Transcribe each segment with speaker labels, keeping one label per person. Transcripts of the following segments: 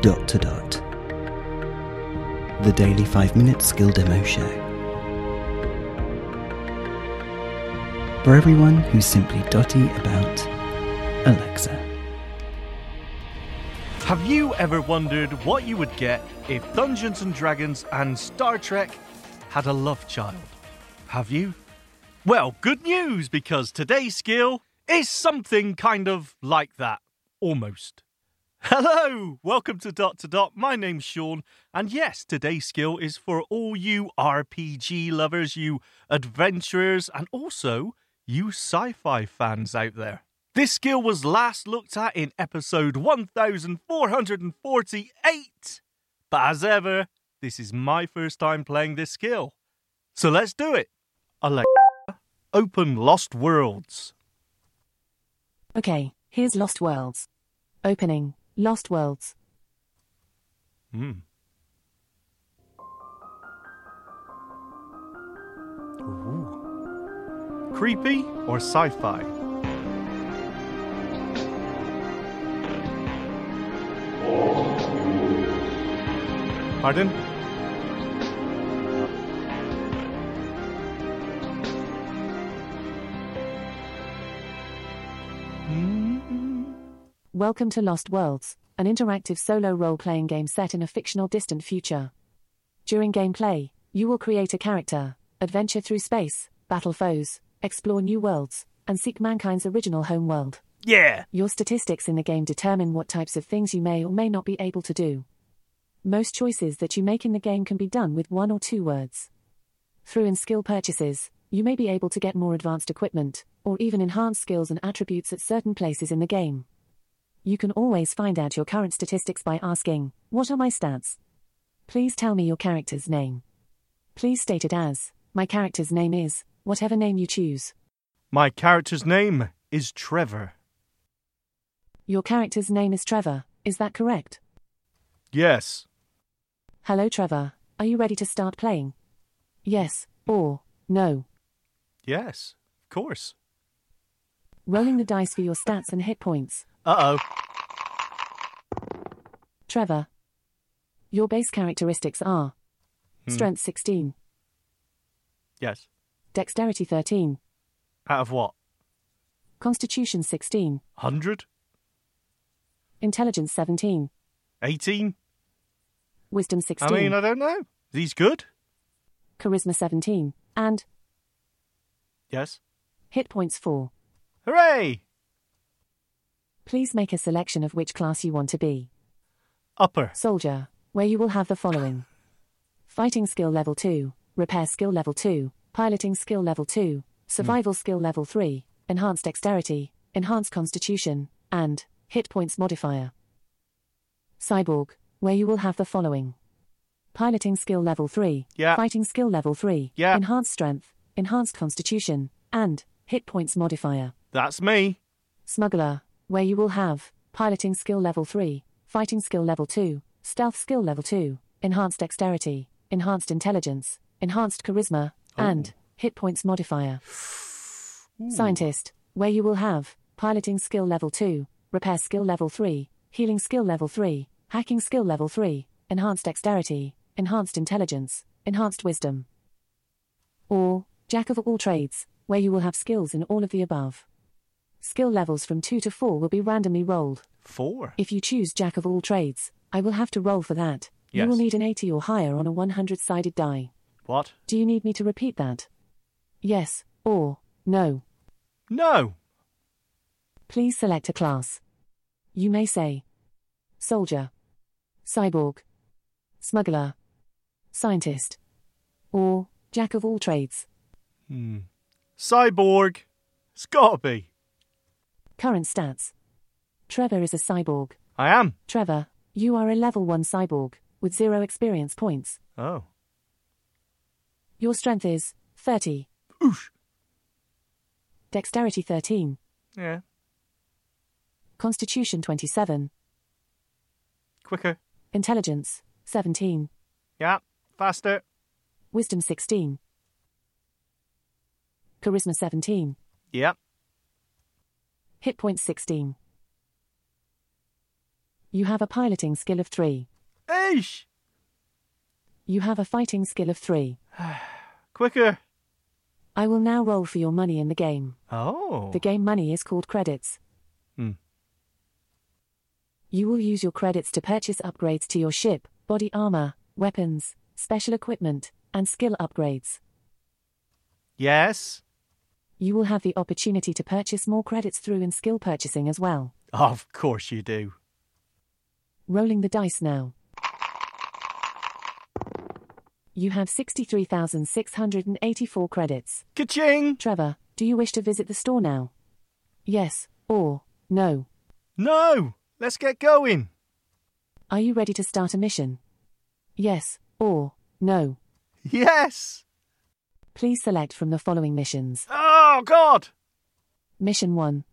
Speaker 1: dot to dot. The Daily 5 Minute Skill Demo Show. For everyone who's simply dotty about Alexa.
Speaker 2: Have you ever wondered what you would get if Dungeons and Dragons and Star Trek had a love child? Have you? Well, good news because today's skill is something kind of like that. Almost. Hello, welcome to Dot to Dot. My name's Sean, and yes, today's skill is for all you RPG lovers, you adventurers, and also you sci fi fans out there. This skill was last looked at in episode 1448, but as ever, this is my first time playing this skill. So let's do it. Alexa, open Lost Worlds.
Speaker 3: Okay, here's Lost Worlds. Opening Lost Worlds.
Speaker 2: Hmm. Ooh. Creepy or sci fi? Pardon? Hmm.
Speaker 3: Welcome to Lost Worlds, an interactive solo role playing game set in a fictional distant future. During gameplay, you will create a character, adventure through space, battle foes, explore new worlds, and seek mankind's original home world.
Speaker 2: Yeah!
Speaker 3: Your statistics in the game determine what types of things you may or may not be able to do. Most choices that you make in the game can be done with one or two words. Through in skill purchases, you may be able to get more advanced equipment, or even enhanced skills and attributes at certain places in the game. You can always find out your current statistics by asking, What are my stats? Please tell me your character's name. Please state it as, My character's name is, whatever name you choose.
Speaker 2: My character's name is Trevor.
Speaker 3: Your character's name is Trevor, is that correct?
Speaker 2: Yes.
Speaker 3: Hello, Trevor. Are you ready to start playing? Yes, or no.
Speaker 2: Yes. Of course.
Speaker 3: Rolling the dice for your stats and hit points.
Speaker 2: Uh oh.
Speaker 3: Trevor. Your base characteristics are
Speaker 2: Hmm.
Speaker 3: strength 16,
Speaker 2: Yes.
Speaker 3: dexterity 13,
Speaker 2: Out of what?
Speaker 3: constitution 16,
Speaker 2: 100?
Speaker 3: intelligence 17,
Speaker 2: 18?
Speaker 3: wisdom
Speaker 2: I
Speaker 3: 16,
Speaker 2: mean, I don't know. These good?
Speaker 3: charisma 17, and
Speaker 2: Yes.
Speaker 3: hit points 4.
Speaker 2: Hooray!
Speaker 3: Please make a selection of which class you want to be.
Speaker 2: Upper.
Speaker 3: Soldier, where you will have the following Fighting skill level 2, repair skill level 2, piloting skill level 2, survival skill level 3, enhanced dexterity, enhanced constitution, and hit points modifier. Cyborg, where you will have the following piloting skill level 3,
Speaker 2: Yeah.
Speaker 3: fighting skill level 3,
Speaker 2: Yeah.
Speaker 3: enhanced strength, enhanced constitution, and hit points modifier.
Speaker 2: That's me.
Speaker 3: Smuggler, where you will have piloting skill level 3, fighting skill level 2, stealth skill level 2, enhanced dexterity, enhanced intelligence, enhanced charisma, and hit points modifier.
Speaker 2: Mm.
Speaker 3: Scientist, where you will have piloting skill level 2, repair skill level 3, healing skill level 3, hacking skill level 3, enhanced dexterity, enhanced intelligence, enhanced wisdom. Or, jack of all trades, where you will have skills in all of the above. Skill levels from 2 to 4 will be randomly rolled.
Speaker 2: Four.
Speaker 3: If you choose Jack of all trades, I will have to roll for that. You will
Speaker 2: Yes.
Speaker 3: need an 80 or higher on a 100 sided die.
Speaker 2: What?
Speaker 3: Do you need me to repeat that? Yes, or no.
Speaker 2: No.
Speaker 3: Please select a class. You may say Soldier, Cyborg, Smuggler, Scientist, or Jack of all trades.
Speaker 2: Hmm. Cyborg. It's gotta be.
Speaker 3: Current stats Trevor is a cyborg.
Speaker 2: I am.
Speaker 3: Trevor, you are a level 1 cyborg, with zero experience points.
Speaker 2: Oh.
Speaker 3: Your strength is 30,
Speaker 2: Oosh.
Speaker 3: dexterity 13,
Speaker 2: Yeah.
Speaker 3: constitution 27,
Speaker 2: Quicker.
Speaker 3: intelligence 17,
Speaker 2: Yeah. Faster.
Speaker 3: wisdom 16, charisma 17,
Speaker 2: Yeah.
Speaker 3: hit points 16, You have a piloting skill of 3.
Speaker 2: Eish!
Speaker 3: You have a fighting skill of 3.
Speaker 2: Quicker.
Speaker 3: I will now roll for your money in the game.
Speaker 2: Oh.
Speaker 3: The game money is called credits.
Speaker 2: Hmm.
Speaker 3: You will use your credits to purchase upgrades to your ship, body armor, weapons, special equipment, and skill upgrades.
Speaker 2: Yes.
Speaker 3: You will have the opportunity to purchase more credits through in skill purchasing as well.
Speaker 2: Of course you do.
Speaker 3: Rolling the dice now. You have 63,684 credits.
Speaker 2: Ka-ching!
Speaker 3: Trevor, do you wish to visit the store now? Yes, or no.
Speaker 2: No! Let's get going.
Speaker 3: Are you ready to start a mission? Yes, or no.
Speaker 2: Yes!
Speaker 3: Please select from the following missions.
Speaker 2: Oh, God!
Speaker 3: Mission 1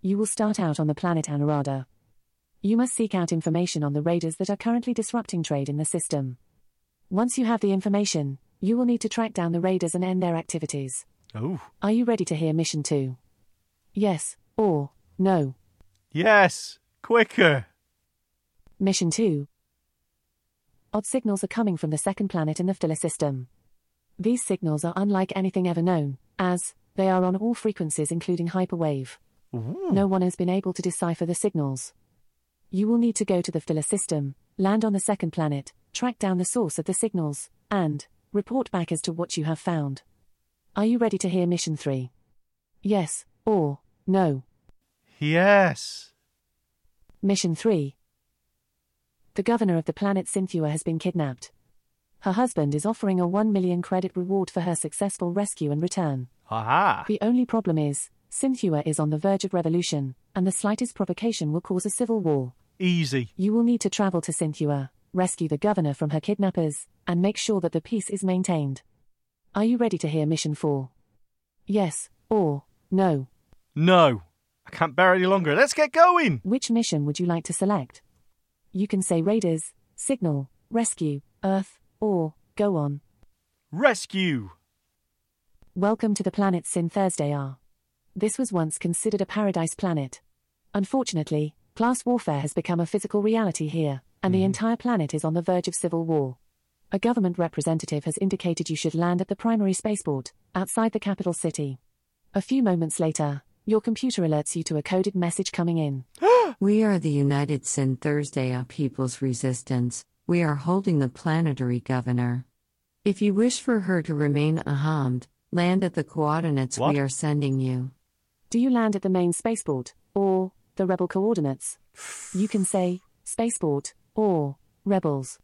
Speaker 3: You will start out on the planet Anurada. You must seek out information on the raiders that are currently disrupting trade in the system. Once you have the information, you will need to track down the raiders and end their activities.
Speaker 2: Oh.
Speaker 3: Are you ready to hear Mission 2? Yes, or no.
Speaker 2: Yes. Quicker.
Speaker 3: Mission 2 Odd signals are coming from the second planet in the Phila system. These signals are unlike anything ever known, as they are on all frequencies, including hyperwave.
Speaker 2: Ooh.
Speaker 3: No one has been able to decipher the signals. You will need to go to the Phila system, land on the second planet, track down the source of the signals, and report back as to what you have found. Are you ready to hear Mission 3? Yes, or no.
Speaker 2: Yes.
Speaker 3: Mission 3 The governor of the planet Cynthua has been kidnapped. Her husband is offering a 1 million credit reward for her successful rescue and return.
Speaker 2: Aha.
Speaker 3: The only problem is, Cynthua is on the verge of revolution, and the slightest provocation will cause a civil war.
Speaker 2: Easy.
Speaker 3: You will need to travel to Cynthua, rescue the governor from her kidnappers, and make sure that the peace is maintained. Are you ready to hear Mission 4? Yes, or no.
Speaker 2: No. I can't bear any longer. Let's get going.
Speaker 3: Which mission would you like to select? You can say Raiders, Signal, Rescue, Earth, or Go On.
Speaker 2: Rescue.
Speaker 3: Welcome to the planet Sin Thursday R. This was once considered a paradise planet. Unfortunately, class warfare has become a physical reality here, and the entire planet is on the verge of civil war. A government representative has indicated you should land at the primary spaceport, outside the capital city. A few moments later, your computer alerts you to a coded message coming in.
Speaker 4: We are the United Sin Thursday A People's Resistance. We are holding the planetary governor. If you wish for her to remain unharmed, land at the coordinates
Speaker 2: What?
Speaker 4: we are sending you.
Speaker 3: Do you land at the main spaceport or the rebel coordinates? You can say spaceport or rebels.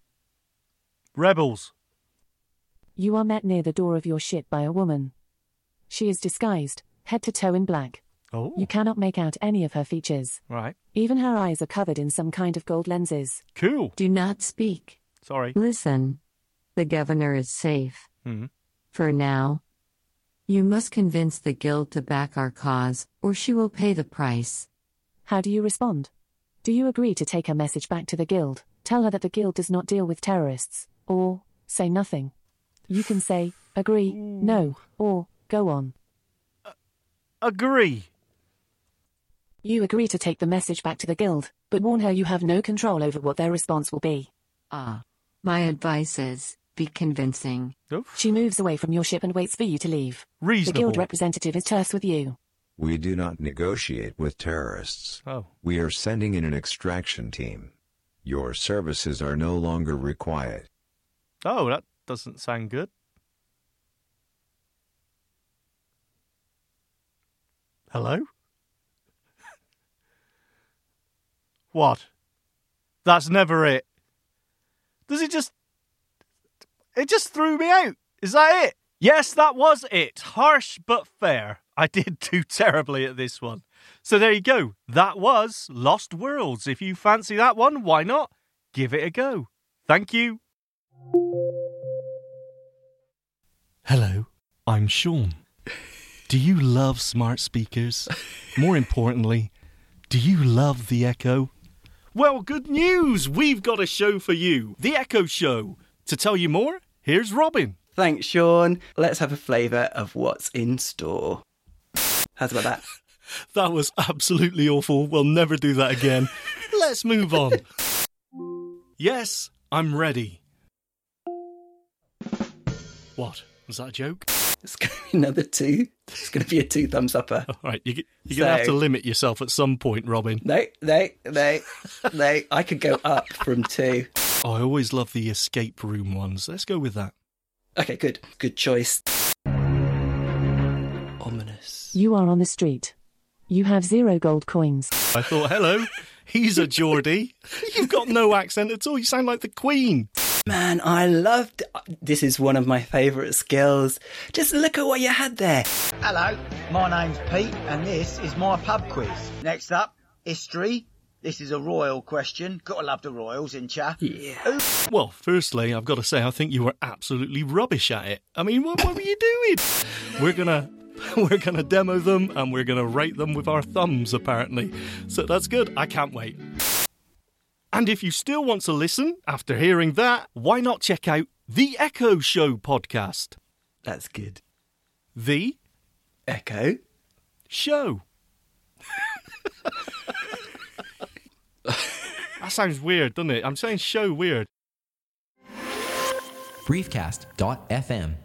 Speaker 2: Rebels.
Speaker 3: You are met near the door of your ship by a woman. She is disguised, head to toe in black.
Speaker 2: Oh.
Speaker 3: You cannot make out any of her features.
Speaker 2: Right.
Speaker 3: Even her eyes are covered in some kind of gold lenses.
Speaker 2: Cool.
Speaker 4: Do not speak.
Speaker 2: Sorry.
Speaker 4: Listen. The governor is safe.
Speaker 2: Hmm.
Speaker 4: For now. You must convince the guild to back our cause, or she will pay the price.
Speaker 3: How do you respond? Do you agree to take her message back to the guild, tell her that the guild does not deal with terrorists, or say nothing? You can say, agree, no, or go on.
Speaker 2: Agree.
Speaker 3: You agree to take the message back to the guild, but warn her you have no control over what their response will be.
Speaker 4: Ah. My advice is be convincing.
Speaker 2: Oof.
Speaker 3: She moves away from your ship and waits for you to leave. The
Speaker 2: Reasonable.
Speaker 3: guild representative is terse with you.
Speaker 5: We do not negotiate with terrorists.
Speaker 2: oh.
Speaker 5: We are sending in an extraction team. Your services are no longer required.
Speaker 2: Oh, that doesn't sound good. Hello? what? That's never it. Does it just. It just threw me out. Is that it? Yes, that was it. Harsh but fair. I did do terribly at this one. So there you go. That was Lost Worlds. If you fancy that one, why not? Give it a go. Thank you. Hello, I'm Sean. Do you love smart speakers? More importantly, do you love the Echo? Well, good news! We've got a show for you The Echo Show. To tell you more, here's Robin.
Speaker 6: Thanks, Sean. Let's have a flavour of what's in store. How's about that?
Speaker 2: That was absolutely awful. We'll never do that again. Let's move on. Yes, I'm ready. What? Was that a joke?
Speaker 7: It's going to be another two. It's going to be a two thumbs upper.
Speaker 2: All right, you, you're going to have to
Speaker 7: So-
Speaker 2: limit yourself at some point, Robin.
Speaker 7: No, no, no, no. I could go up from two.
Speaker 2: Oh, I always love the escape room ones. Let's go with that.
Speaker 7: Okay, good. Good choice. Ominous.
Speaker 3: You are on the street. You have zero gold coins.
Speaker 2: I thought, hello, he's a Geordie. You've got no accent at all. You sound like the Queen.
Speaker 7: Man, I loved uh, this is one of my favourite skills. Just look at what you had there.
Speaker 8: Hello, my name's Pete, and this is my pub quiz. Next up, history. This is a royal question. Gotta love the royals in chat.
Speaker 7: Yeah.
Speaker 2: Well, firstly, I've got to say, I think you were absolutely rubbish at it. I mean, what, what were you doing? We're gonna, we're gonna demo them, and we're gonna rate them with our thumbs, apparently. So that's good. I can't wait. And if you still want to listen after hearing that, why not check out the Echo Show podcast?
Speaker 7: That's good.
Speaker 2: The
Speaker 7: Echo.
Speaker 2: show. that sounds weird, doesn't it? I'm saying show weird.
Speaker 9: briefcast.fm.